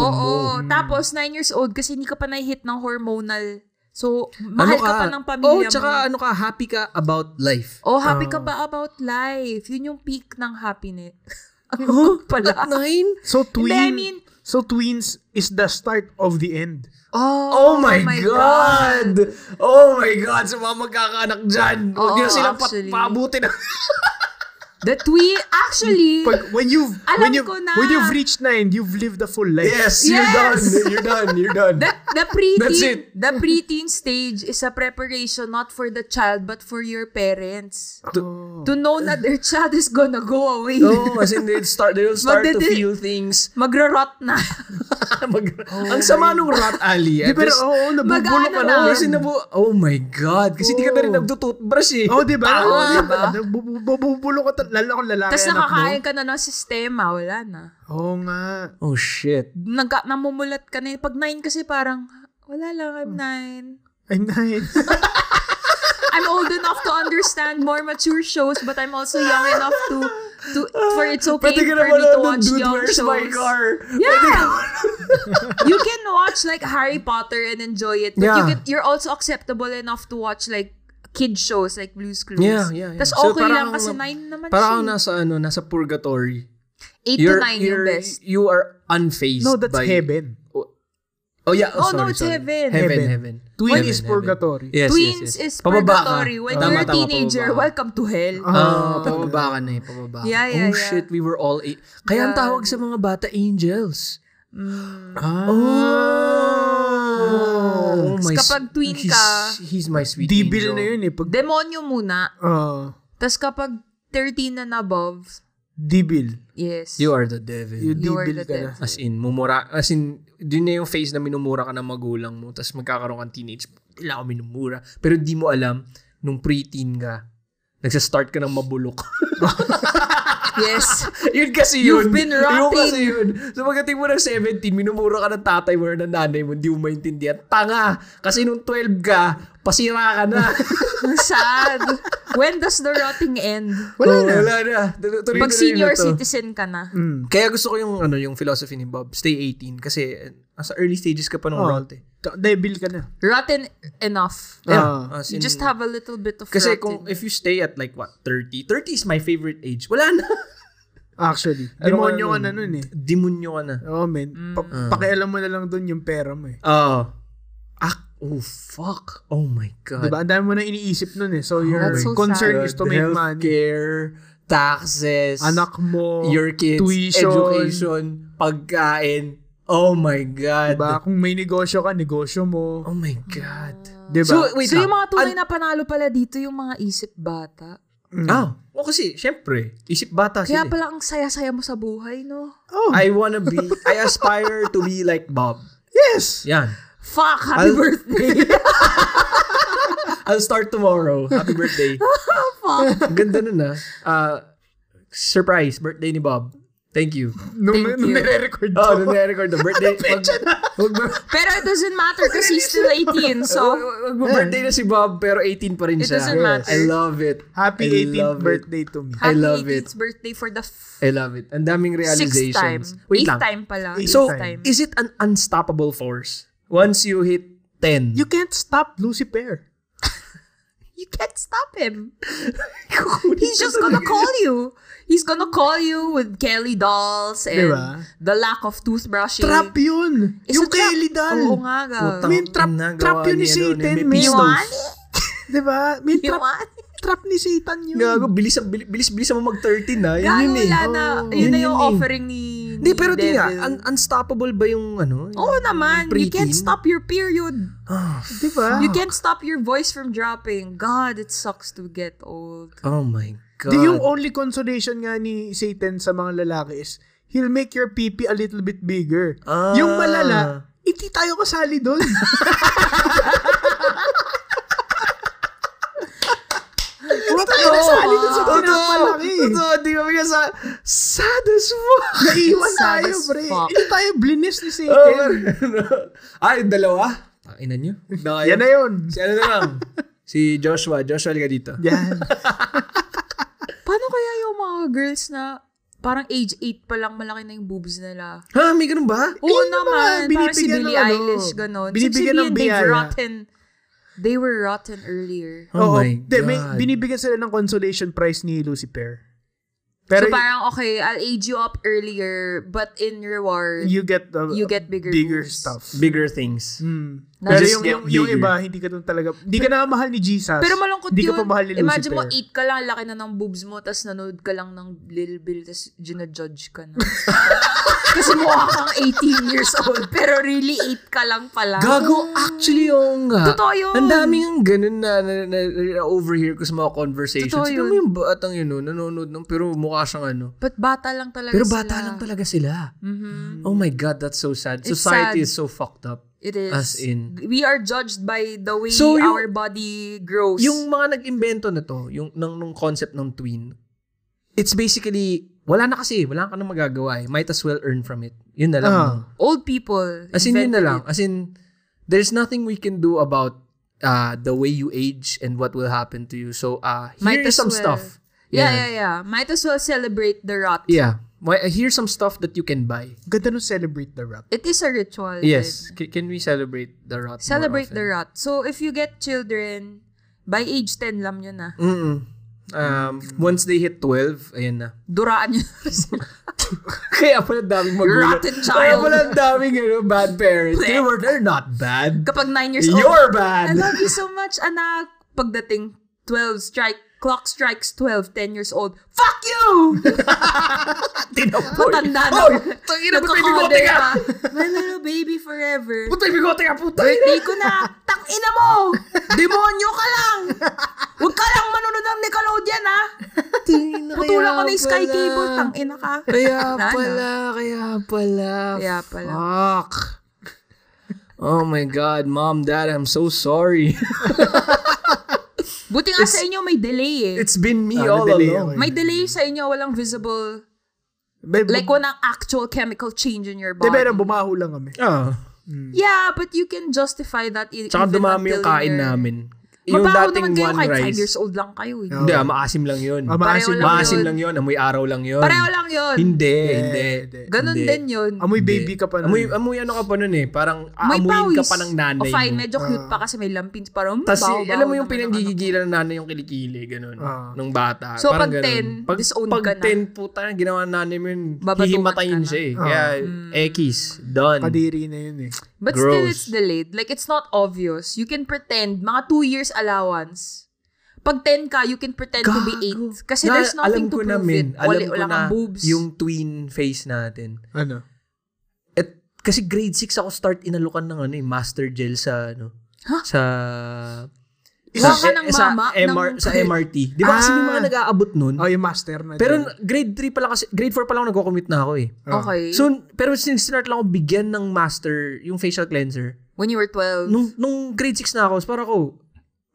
mo. Oo. Tapos, nine years old kasi hindi ka pa na-hit ng hormonal. So, mahal ka? pa ng Ano Oh, pamilya tsaka mo. ano Ah. ka, happy ka about life. Oh, happy ka Oo. ba about life? Yun yung peak ng happiness. [laughs] Ang huh? pala. Nine? So twin, Hindi, I mean- so twins is the start of the end. Oh, my, God. Oh my God! Sa mga magkakaanak dyan, huwag Oo, nyo silang pat- Oh, actually. paabutin [laughs] ng- The tweet, actually, Pag when you've [laughs] Alam when you ko na. when you've reached nine, you've lived a full life. yes, you're done. Yes. You're done. You're done. the, the preteen, [laughs] That's it. the preteen stage is a preparation not for the child but for your parents. Oh. To know na their child is gonna go [laughs] away. No, as in they'll start, they'll start to Magdede- feel things. [laughs] Magra-rot na. Mag- Oh ang sama nung rat alley. Di, I'm pero just- oo, oh, nabubulok ka Mag-ano na. na. Oo, kasi nabu- oh my God. Kasi di ka na rin Oh. Oo. nagtututbrush eh. Oo, Oh, di ba? Tao. Oo, di diba? ba? Nabubu- Nabubulok ka talaga. Lalo kung lalaki Tapos anak nakakain mo. ka na ng sistema. Wala na. Oo nga. Oh shit. Nagka, namumulat ka na. eh. Pag nine kasi parang, wala lang, I'm nine. Ay, nine. I'm old enough to understand more mature shows, but I'm also young enough to, to for it's okay Pwede ka na for me to manood ng watch Dude, young Where's shows. My Car? [laughs] Yeah. you can watch like Harry Potter and enjoy it, but you Yeah. can, you're also acceptable enough to watch like kid shows like Blue's Clues. Yeah, yeah, yeah. Tapos So, okay lang parang- kasi nine naman Parang siya. eh. nasa ano, nasa purgatory. Eight to You're, nine you're, yung best. You are unfazed No, that's by... heaven. Oh yeah, Oh, oh, sorry, no, it's sorry. heaven. Heaven, Heaven. heaven. Twin Heaven, is heaven. purgatory. Yes, yes, Twins yes. is Pababa ka. purgatory. When Tama, you're a tama, teenager, pababa ka. welcome to hell. Ah. Ah, Oh. pababa ka na eh, pababa ka. Yeah, yeah, oh yeah. shit, we were all eight. Kaya ang tawag sa mga bata, angels. Mm. Ah. Oh, Tapos kapag s- twin he's, ka, he's my sweet Devil angel. na yun eh. Pag, Demonyo muna. ah, Tapos kapag 13 and above, Devil. yes. You are the devil. You, You are devil the ka na. As in, mumura, as in, yun na yung phase na minumura ka ng magulang mo, tapos magkakaroon kang teenage, wala ako minumura. Pero di mo alam, nung preteen ka, nagsastart ka ng mabulok. [laughs] yes. [laughs] yun kasi yun. You've been Yun rotting. kasi yun. So pagdating mo ng 17, minumura ka ng tatay mo or ng nanay mo, hindi mo maintindihan. Tanga! Kasi nung 12 ka, pasira ka [laughs] na. Ang Sad. When does the rotting end? Wala Oh, na. Wala na. Tuloy- tuloy Pag na rin senior na to. citizen ka na. Mm. Kaya gusto ko yung ano yung philosophy ni Bob, stay 18 kasi eh, nasa early stages ka pa ng Ah. Oh. rot eh. Ka- Devil ka na. Rotten enough. Ah. As You in- just have a little bit of Kasi kung rotten. if you stay at like what 30, 30 is my favorite age. Wala na. [laughs] Actually. Ano ka Demonyo ka na nun eh. Demonyo ka na. Oo, man. Pa- Pakialam mo na lang dun yung pera mo eh. Oo. ah, oh fuck. Oh my god. Diba? Ang dami mo na iniisip nun eh. So, your That's so concern sad. is to make money. Healthcare, taxes, Anak mo, your kids, tuition. education, pagkain. Oh my god. Diba? Kung may negosyo ka, negosyo mo. Oh my god. Diba? Oh. So, wait so yung lang. mga tunay na panalo pala dito yung mga isip bata. Mm. Ah, oh, kasi syempre, isip bata sila. Kaya eh. pala ang saya-saya mo sa buhay, no? Oh, I wanna be, I aspire to be like Bob. yes! Yan. Fuck! Happy I'll- birthday! I'll start tomorrow. Happy birthday. [laughs] Fuck! Ang ganda nun ah. Ah, surprise, birthday ni Bob. Thank you. [laughs] Nung, Thank nung you. nire-record to. Oh, nung [laughs] record the birthday. Ano Wag, wag, wag- Pero it doesn't [laughs] matter kasi he's still 18, so... wag mo birthday na si Bob pero 18 pa rin It siya. doesn't matter. I love it. Happy I 18th love It. birthday to me. I Happy love 18th birthday for the f- I love it. Ang daming sixth time. realizations. Wait Eighth lang. time pala. Eighth So, time. is it an unstoppable force? Once you hit 10. You can't stop Lucifer. you can't stop him. He's just gonna call you. He's gonna call you with Kelly dolls and Diba? the lack of toothbrushing. Trap yun! Eh, It's yung a trap. kay Lidal. Oo nga, ga. Putang Min, trap- ina, gawa trap yun ni ano, Satan, may man. pistols. You want? [laughs] Diba? Min, You trap, want? trap ni Satan yun. Gago, bilis, bilis, bilis, bilis mo mag-13 na. Yun Gago, yun eh. wala na. yun Yun na yun yung eh. offering ni Hindi, pero di tingnan, un- unstoppable ba yung ano? yung- Oo naman. You Preteen? can't stop your period. Ah, Diba? You can't stop your voice from dropping. God, it sucks to get old. Oh my God. Di yung only consolation nga ni Satan sa mga lalaki is, he'll make your pipi a little bit bigger. Ah. Yung malala, hindi tayo kasali [laughs] doon. What tayo kasali doon sa Oh, eh. Totoo, di ba? Kaya sa, sad as fuck. Naiwan Sad tayo, as pre. fuck. Hindi tayo blinis ni Oh, [laughs] Satan. ano? Ay, dalawa? Ang Ah, ina nyo. [laughs] Na kayo. Yan na yun. Si ano na lang? si Joshua. Joshua, ka dito. Yan. Paano kaya yung mga girls na parang age 8 pa lang malaki na yung boobs nila? Ha? May ganun ba? Oo Ayun naman, naman, parang si binibigyan ng Billie ano, Eilish, ganon. binibigyan ng Ibig sabihin, they've biyaya. rotten. They were rotten earlier. Oh Oo. my Hindi, may- God. binibigyan sila ng consolation prize ni Lucifer. Pero so parang, okay, I'll age you up earlier, but in reward, you get the you get bigger boobs. stuff. Bigger things. Mm. Not Pero just yung, get yung, yung bigger. iba, hindi ka nung talaga, hindi ka na mahal ni Jesus. Pero malungkot Hindi yun. ka pa mahal ni Lucifer. Imagine mo, 8 ka lang, laki na ng boobs mo, tapos nanood ka lang ng Lil Bill, tapos ginajudge ka [laughs] na. Kasi mukha kang 18 years old, pero really 8 ka lang pala. Gago, actually, oo nga. Totoo yun. Ang daming ang ganun na, na, na, na overhear ko sa mga conversations. Totoo Tignan mo yun. yung batang yun, no, nanonood ng, pero mukha siyang ano. But bata lang talaga Pero sila. bata lang talaga sila. Mhm. Oh my God, that's so sad. It's Society sad. is so fucked up. It is. As in- We are judged by the way So, yung- our body grows. Yung mga nag-invento na to, yung nung, nung concept ng twin, it's basically, wala na kasi, wala ka na magagawa eh. Might as well earn from it. Yun na lang. Ah. no? old people. As in, yun na invented lang. it. As in, there's nothing we can do about uh, the way you age and what will happen to you. So, uh, Might here is as some well. stuff. Yeah, yeah, yeah. Might as well celebrate the rot. Yeah. Why- uh, here's some stuff that you can buy. Ganda nung celebrate the rap. It is a ritual. Yes. then. C- can we celebrate the rot? Celebrate the more often? rot. So, if you get children, by age 10, lam nyo na. Mm-mm. Um, once they hit 12, ayan na. [laughs] Duraan nyo. Kaya pala daming magulang. Rotten Kaya child. pala daming ano, bad parents. They were, they're not bad. [laughs] Kapag 9 years old. You're I [laughs] bad. love you so much, anak. Pagdating 12 strike, clock strikes 12, 10 years old. Fuck you! Tinapoy. Matanda na. [laughs] Oy, tangina, ba't may bigote Nagkakoder ka? pa. Manalo baby forever. Putay, bigote ka, putay. Birthday ko na! Tang ina mo! Demonyo ka lang! Huwag ka lang manunod ng Nickelodeon, ha? Putulan ko na yung Sky Cable. Tang ina ka. Kaya Nana. pala, kaya pala. Kaya pala. Fuck. Oh my God, mom, dad, I'm so sorry. [laughs] Buti nga sa inyo may delay eh. It's been me Ah, all nadali along. ako eh. May delay sa inyo, walang visible, May- like walang actual chemical change in your Hindi, body. pero bumaho lang kami. Ah. yeah, but you can justify that e- Tsaka even dumami yung until kain you're- namin. Yung Mabaho dating naman kayo one kahit 5 rice. years old lang kayo eh. Hindi, ah, maasim lang yun. Ah, maasim Pareho lang. maasim yun. lang yun. Amoy araw lang yun. Pareho lang yun. Hindi, hindi. hindi. Ganon Hindi. din yun. Amoy baby ka pa nun. Amoy, amoy ano ka pa nun eh. Parang May aamuin ka pawis. pa ng nanay O fine, mo. medyo cute pa kasi may lampins. Parang, Tapos alam mo baho, baho yung naman ng ano. anak. pinanggigigilan ng nanay yung kilikili, ganun, Ah. nung bata. So, parang pag ganun. 10, disowned pag ka na. 10, puta na, ginawa ng nanay mo yun, Babatungan hihimatayin ka na. Ah. siya eh. Kaya, Hmm. ekis, done. Kadiri na yun eh. But still, Gross. it's delayed. Like, it's not obvious. You can pretend, mga two years allowance. Pag 10 ka, you can pretend to be Gago. 8. Kasi Na- there's nothing to ko na, prove men. it. Alam Wala, ko wala na kang boobs. yung twin face natin. Ano? At, kasi grade 6 ako start inalukan ng ano eh, master gel sa ano. Huh? Sa... Isa- sa- Ka ng eh, sa, mama, MR, ng- sa MRT. Di ba kasi may Ah. mga nag-aabot nun? Oh, yung master na. Pero din. grade 3 pa lang kasi, grade 4 pa lang ako nagko-commit na ako eh. Ah. okay. So, pero since start lang ako bigyan ng master yung facial cleanser, When you were 12. nung, nung grade 6 na ako, parang ako,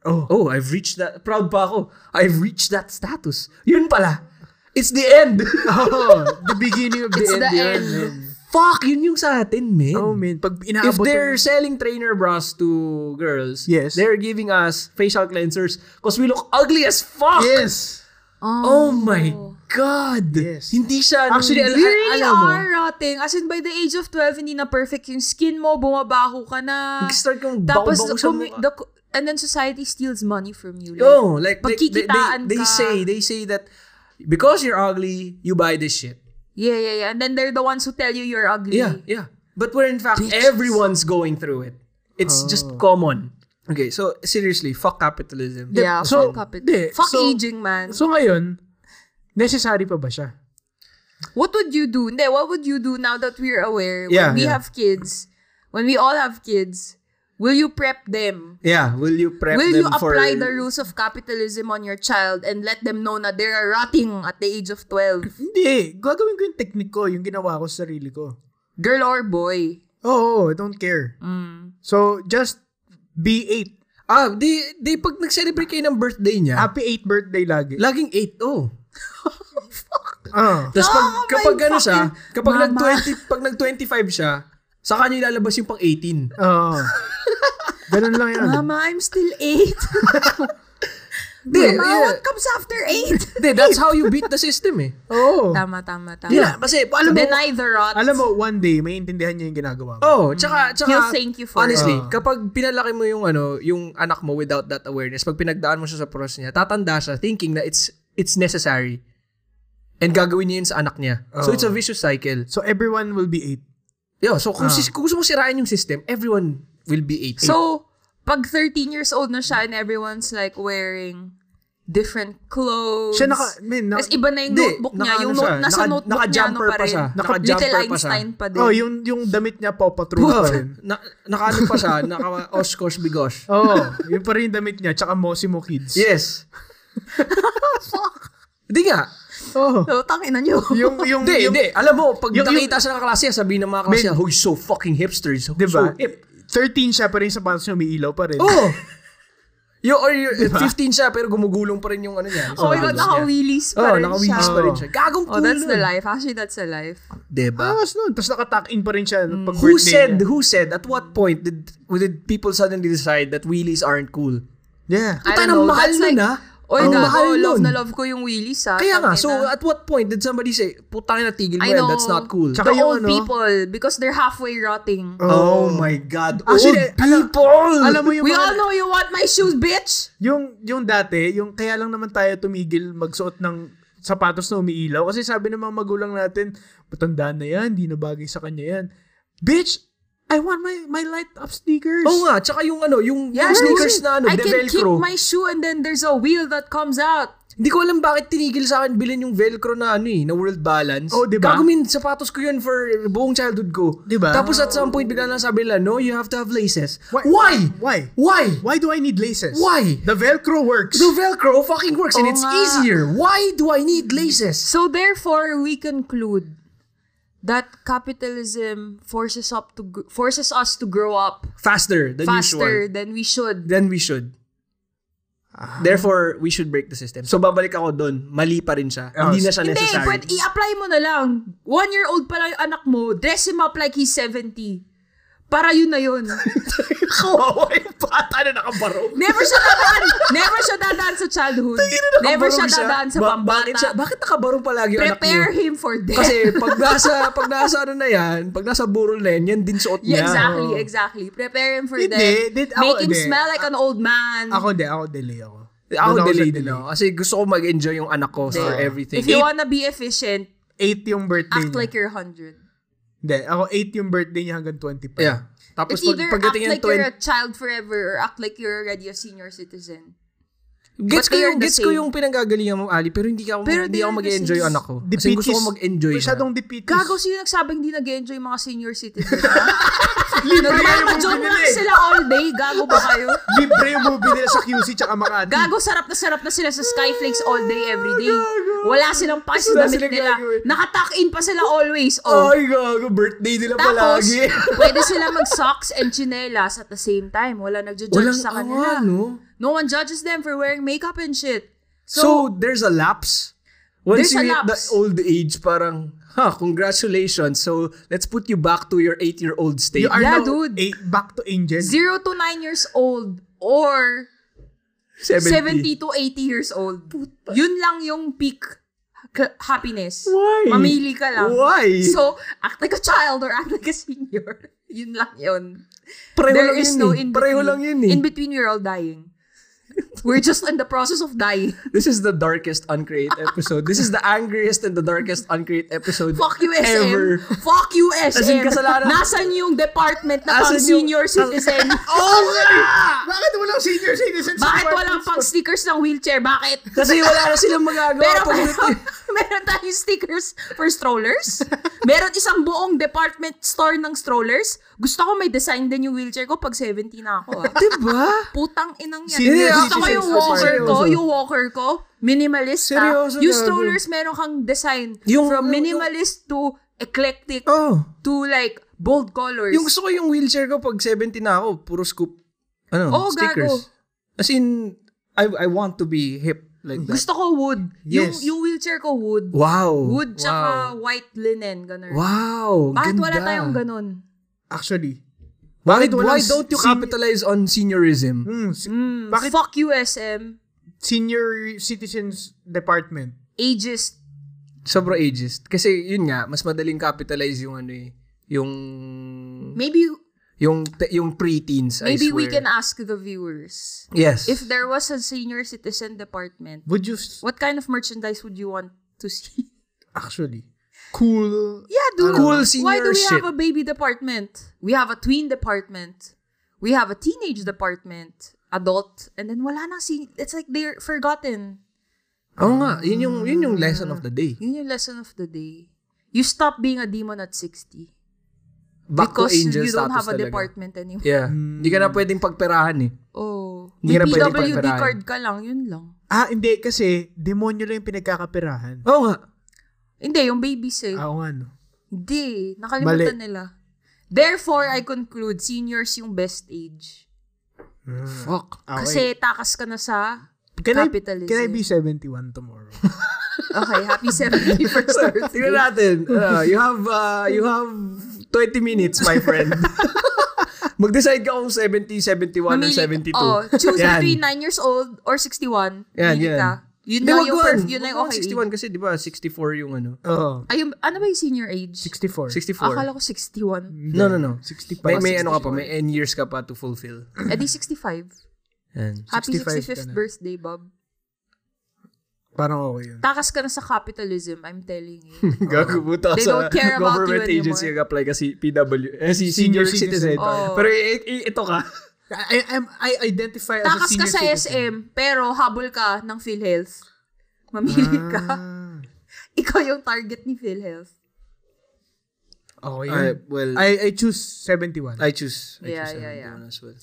Oh. oh, I've reached that, proud pa ako. I've reached that status. Yun pala. It's the end. [laughs] Oh, the beginning of the It's end. the yun, end. man. [laughs] Fuck, yun yung sa atin, men. Oh, man. Pag If inaabot they're yung- selling trainer bras to girls, Yes. they're giving us facial cleansers because we look ugly as fuck. Yes! Oh my God. Yes. Hindi siya. ano, nung- Actually, al- You really alam mo- are rotting. As in, by the age of 12, hindi na perfect yung skin mo, bumabaho ka na. Nag-start kang Tapos, bago-bago sa commu- mukha. Oh. the co- and then society steals money from you. Like, No, like they, they, they, Pagkikitaan they ka. say they say that because you're ugly, you buy this shit. Yeah, yeah, yeah. And then they're the ones who tell you you're ugly. Yeah, yeah. But where in fact Bitches. everyone's going through it. It's just common. Okay, so seriously, fuck capitalism. Yeah, So, fuck it. di. Fuck So- aging, man. So ngayon, necessary pa ba siya? What would you do? Hindi, what would you do now that we're aware? When Yeah, we yeah. have kids, when we all have kids, will you prep them? Yeah, will you prep will them you for apply the rules of capitalism on your child and let them know na they're rotting at the age of 12? Hindi. Gagawin ko yung technique ko, yung ginawa ko sa sarili ko. Girl or boy? Oo, oh, I don't care. Mm. So, just be 8. Ah, di, di pag nag-celebrate kayo ng birthday niya, oh. Happy 8 birthday lagi. laging 8-0. Ah. Tapos pag, Oh my kapag ano siya, fucking kapag mama. nag-20, pag nag-25 siya, sa kanya ilalabas yung pang [laughs] 18. Oo. Ganun lang yan. Mama, I'm still eight. Hindi, Mama, yeah. what comes after eight? Hindi, that's how you beat the system [laughs] eh. Oo. tama, tama, tama. Yeah, kasi alam mo, Deny the rot. Alam mo, one day, maintindihan niya yung ginagawa mo. Oh, tsaka, tsaka, He'll thank you for Oh. honestly, it. kapag pinalaki mo yung, ano, yung anak mo without that awareness, pag pinagdaan mo siya sa process niya, tatanda siya thinking na it's, it's necessary. And gagawin niya yun sa anak niya. So, Oh. it's a vicious cycle. So, everyone will be eight. Yeah, so kung, Ah. sis- kung gusto mo sirain yung system, everyone will be 8. Oh. So, pag 13 years old na siya and everyone's like wearing different clothes. Siya naka, man, na, Tapos iba na yung Hindi, notebook niya. naka- Yung ano siya, note, nasa naka- notebook niya ano naka-jumper pa pa rin. siya. Naka-jumper Little pa siya. Einstein pa din. oh, yung, yung damit niya, Paw Patrol pa rin. na, naka ano pa siya, naka Oshkosh Bigosh. Oo, oh, yun pa rin yung damit niya, tsaka Mosimo Kids. Yes. [laughs] Hindi nga. Oo. So, tangin [laughs] na nyo. Yung, yung, Hindi, yung, hindi. Alam mo, pag yung- nakita siya ng klase, sabihin ng mga Diba? klase, Men- who's he's so fucking hipster, he's so, di ba? so [laughs] hip. 13 siya, pero yung sapatos niya umiilaw pa rin. Oo. Yo, Oh. or you're, 15 siya, pero gumugulong pa rin yung ano niya. Oh my God, naka-wheelies Oh, pa rin siya. naka-wheelies pa rin siya. Gagong Oh, cool that's the nun. life. Actually, that's the life. Diba? Tapos nun, tapos nakatack in pa rin siya pag Who birthday said, niya. who said, at what point did, did people suddenly decide that wheelies aren't cool? Yeah. I Puta, don't nang know. mahal That's nun, like- ah. Oy, Ang gago, mahal love nun. na love ko yung wheelies, ha? Kaya nga, so at Tangina. what point did somebody say, putang na, tigil mo I yan, know. that's not cool. Tsaka The yung old ano- people, because they're halfway rotting. Oh, my God. Actually, Old people! Alam mo yung We mga- all know you want my shoes, bitch! Yung yung dati, yung kaya lang naman tayo tumigil magsuot ng sapatos na umiilaw kasi sabi ng mga magulang natin, matanda na yan, hindi na bagay sa kanya yan. Bitch, I want my my light up sneakers. Oo nga, tsaka yung ano, yung, yung sneakers na ano, I de can keep velcro. my shoe and then there's a wheel that comes out. Hindi ko alam bakit tinigil sa akin bilhin yung velcro na ano eh, na world balance. Oh, di diba? ba? Gagawin sapatos ko yun for buong childhood ko. Di ba? Tapos at some point, bigla lang sabi nila, no, you have to have laces. Why- Why? why? Why? Why do I need laces? Why? The Velcro works. The velcro fucking works and Oo it's nga. easier. Why do I need laces? So therefore, we conclude that capitalism forces up to gr- forces us to grow up Faster than faster usual. than we should. Ah. Than we should. Therefore, we should break the system. So, babalik ako doon. Mali pa rin siya. Oh, Hindi na siya Hindi, necessary. but i-apply mo na lang. One year old pa lang yung anak mo, dress him up like he's 70. Para yun na yun. Kawawa yung bata na nakabarong. Never siya dadaan. never siya dadaan sa childhood. Never siya Nakabarong dadaan sa Ba- pambata. Bakit, siya, bakit nakabarong palagi yung anak niyo? Prepare him for death. Kasi pag nasa, pag nasa ano na yan, pag nasa burol na yan, yan din suot [laughs] niya. Yeah, exactly, exactly. Prepare him for Hindi, death. did- ako, Make him hindi. smell like an old man. Ako hindi, ako delay ako. Ako Doon sa delay din ako. Kasi gusto ko mag-enjoy yung anak ko for Yeah. everything. If you wanna be efficient, Eight yung birthday niya. act like you're 100. Hindi, ako eight yung birthday niya hanggang 25. yeah. Tapos It's pag, either act pagdating ng like you're 20, a child forever or act like you're already a senior citizen. gets but ko they are yung, the gets ko same. yung pinanggagalingan mo, Ali, pero hindi ako, Pero hindi they ako are the mag-enjoy same. yung anak ko. Oh, Kasi Dipitis- gusto ko mag-enjoy siya. Masyadong dipitis. Gago, sino nagsabing hindi nag-enjoy yung mga senior citizen? [laughs] ha? Libre yung Nagmamajon movie na nila eh. sila all day. Gago ba kayo? Libre yung movie nila sa QC tsaka Makati. Gago, sarap na sarap na sila sa Skyflakes all day, every day. Wala silang pa sa Wala damit silang nila. gagawin. Nakatuck in pa sila always. Oh. Ay, gago, birthday nila Tapos, [laughs] palagi. pwede sila mag-socks and chinelas at the same time. Wala nagjo-judge Walang sa awa, kanila. no? No one judges them for wearing makeup and shit. So, So, there's a lapse. Once There's a you hit the lapse. old age, parang, ha, congratulations. So, let's put you back to your 8-year-old state. You are Yeah, now dude. eight, back to angel. zero to nine years old or 70 to 80 years old. Yun lang yung peak k- happiness. Why? Mamili ka lang. Why? So, act like a child or act like a senior. [laughs] Yun lang yun. Pareho There lang yun is no eh. in between. Pareho lang yun eh. In between, we're all dying. We're just in the process of dying. [laughs] This is the darkest uncreate episode. This is the angriest and the darkest uncreate episode Fuck you, SM. ever. Fuck you, SM. As in, kasalanan- Nasaan yung department na pang Asan yung- senior [laughs] citizen? Oh, nga! Bakit walang senior citizen? sa Bakit department walang pang store? stickers ng wheelchair? Bakit? Kasi [laughs] wala na silang magagawa. Pero ano? pag- eh. meron, [laughs] meron tayong stickers for strollers. Meron isang buong department store ng strollers. Gusto ko may design din yung wheelchair ko pag 70 na ako. ah. Diba? Putang inang yan. Senior Gusto ko citizens yung are walker ko, seryoso. yung walker ko, minimalista. Seryoso, yung gago. strollers, meron kang design. Yung- from yung- minimalist to eclectic Oh. to like bold colors. Yung gusto ko yung wheelchair ko pag 70 na ako, puro scoop. Ano, Oh, stickers. gago. As in, I, I want to be hip. Like that. Gusto ko wood. Yes. Yung, yung wheelchair ko wood. Oh, Wow. Wood tsaka white linen, ganun. Wow. Bakit ganda. wala tayong ganun? Actually. Bakit, Bakit why walang don't you sin- capitalize on seniorism? Hmm, si- Mm, Bakit- Fuck you, SM. Senior Citizens Department. Ageist. Sobra ageist. Kasi yun nga, mas madaling capitalize yung ano eh, yung Maybe yung te- yung preteens, I maybe swear. we can ask the viewers. Yes. If there was a senior citizen department, Would you... s- what kind of merchandise would you want to see? [laughs] Actually. Cool. Yeah, dude. Cool Why senior do we shit. have a baby department? We have a tween department. We have a teenage department. Adult. And then wala na si... It's like they're forgotten. Oo nga, yun yung yun yung lesson of the day. Yun yung lesson of the day. You stop being a demon at 60. Back because to angel you don't status have a talaga. department anymore. Yeah. Hindi ka na pwedeng pagperahan eh. Oh. Hindi May ka na pwedeng PWD pagparahin. card ka lang, yun lang. Ah, hindi. Kasi, demonyo lang yung pinagkakapirahan. Oo nga. Hindi, yung babies eh. Ah, Oo nga, no? Hindi, nakalimutan Mali. nila. Therefore, I conclude, seniors yung best age. Fuck. Ah, Kasi takas ka na sa... wait. can I, capitalism. can I be 71 [laughs] tomorrow? Okay, happy [laughs] 71st birthday. Tingnan natin. Ah, you have ah, you have 20 minutes, my [laughs] friend. Mag-decide ka kung 70, 71 Mamili- or Oh, 72. choose Yan. between 9 years old or 61. Yan, Pili yan. ka. Hindi, Yun na wag yung, yun. first, yun na yung Wag okay. yun, 61 kasi di ba 64 yung ano. Oo. Ay, yung- ano ba yung senior age? 64. 64. Akala ko 61. No, no, no. 65. May, may ano ka pa, may N years ka pa to fulfill. Eh di 65. Yan. 65 Happy ka 65th na. birthday, Bob. Parang okay yun. Takas ka na sa capitalism, I'm telling you. [laughs] Gago buta They sa don't care about government you anymore. Oh. agency nag-apply ka si PW, eh, si senior, Senior citizen. citizen. Oo. Pero i- i- ito [laughs] ka. I, I'm, I identify as a Takas senior ka sa citizen. SM, pero habol ka ng PhilHealth. Mamili ka. [laughs] Ah, Ikaw yung target ni PhilHealth. okay yun. Ah, well, I, I, I choose 71. I choose. I Yeah, choose yeah, Armando yeah. As well.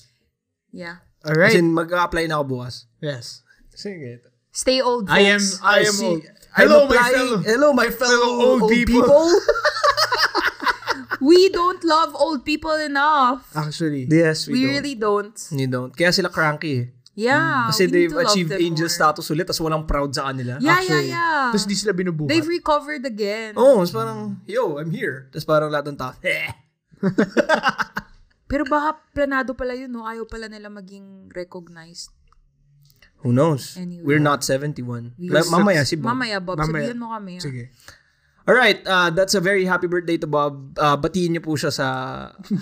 Yeah. As Alright. in, mag-apply na ako bukas. Yes. Sige. Stay old, folks. I am, I am, see. old. I'm Hello, my applying- fellow. Hello, my fellow, old, old people. people. [laughs] We don't love old people enough. Actually. yes, Ah, we, We, don't. really don't. You don't. Kaya sila cranky eh. Yeah. Kasi Ah, we need they've to love achieved them angel more. status ulit tapos walang proud sa kanila. Yeah, yeah, Actually. yeah. Tapos di sila binubuhat. They've recovered again. Oo, oh, parang, yo, I'm here. Tapos parang lahat ng tao, eh. Pero baka planado pala yun, no? Ayaw pala nila maging recognized. Who knows? Anyway. We're not 71. We- La- mamaya si Bob. Mamaya, Bob, Mamaya. sabihan mo kami. ah. Sige. Alright, uh, that's a very happy birthday to Bob. Uh, batiin niyo po siya [laughs] sa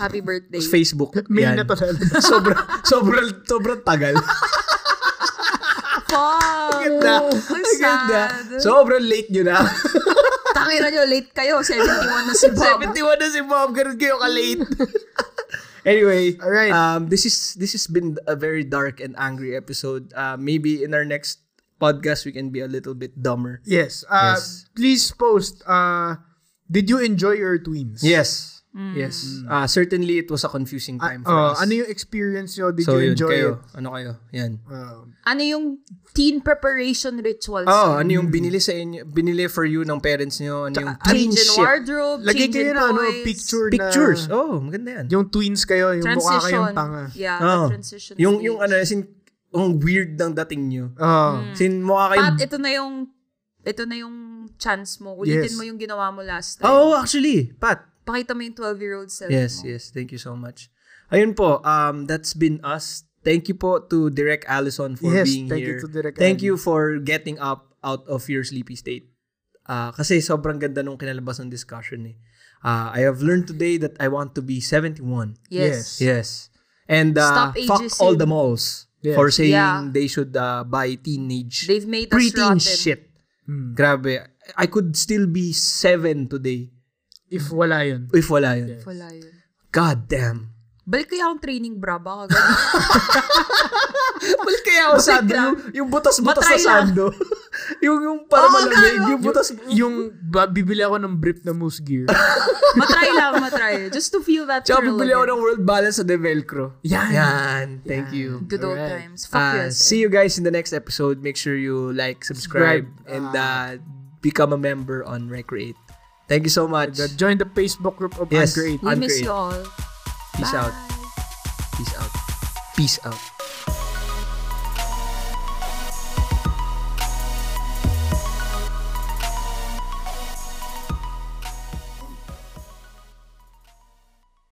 Happy birthday. [laughs] Facebook. May Yan. na talaga. [laughs] sobra, sobra, sobrang [laughs] tagal. Fuck! Ganda. Ang Ang Ganda. Oh, sad. Sobrang late niyo na. [laughs] Tangina nyo, late kayo. 71 na si Bob. 71 na si Bob. Ganun kayo ka-late. [laughs] anyway, Alright. um, this is this has been a very dark and angry episode. Uh, maybe in our next podcast, we can be a little bit dumber. [laughs] Yes. Uh, Yes. Please post, uh, did you enjoy your twins? Yes. Mm. Yes. Uh, certainly, it was a confusing Mm. Ah, time for oh, us. ano yung experience nyo? Did so, you yun, enjoy kayo. it? Ano kayo? Yan. Uh, Ano yung teen preparation rituals? Oh, ano yung binili sa inyo, binili for you ng parents niyo, ano yung teen change in shit. wardrobe, lagay change kayo in na ano, toys, picture Pictures. na. Oh, maganda yan. Yung twins kayo, yung mukha transition. kayong tanga. Yeah, Oh. the transition Yung, stage. yung ano, as in, ang weird ng dating niyo. Mm, Oh. As in, mukha kayo... Pat, ito na yung, ito na yung chance mo. Ulitin Yes. mo yung ginawa mo last time. Oh, actually, Pat. Pakita mo yung 12-year-old self Yes, mo. yes. Thank you so much. Ayun po, um, that's been us. Thank you po to Direct Allison for Yes, being thank here. you to Direk thank Allison. you for getting up out of your sleepy state. Ah, kasi sobrang ganda nung kinalabas ng discussion eh. Ah, I have learned today that I want to be 71. Yes. Yes. And uh, Stop fuck ageism. all the malls Yes. for saying Yeah. they should uh, buy teenage They've made us preteen rotten. shit. Hmm. Grabe. I could still be seven today If wala yun. if wala yun. Wala yun. God damn. Balik kaya akong training bra, baka [laughs] ganun. Well, Eh, kaya ako sando. lang. Yung, yung butas-butas Matry sa lang. sando. [laughs] yung, yung para Oo, malamig. gago. Yung butas... Yung ba, bibili ako ng brief na moose gear. matry lang, matry. Just to feel that Tsaka thrill bibili ako again. ng world balance sa De Velcro. Yan. Yan. Thank you. Good old Alright. times. Fuck Uh, yes. eh. see you guys in the next episode. Make sure you like, subscribe, Subscribe. and Ah. uh, become a member on Recreate. Thank you so much. The- Join the Facebook group of Yes. Android. We Uncreate. miss you all. Peace out. Bye. Peace out. Peace out.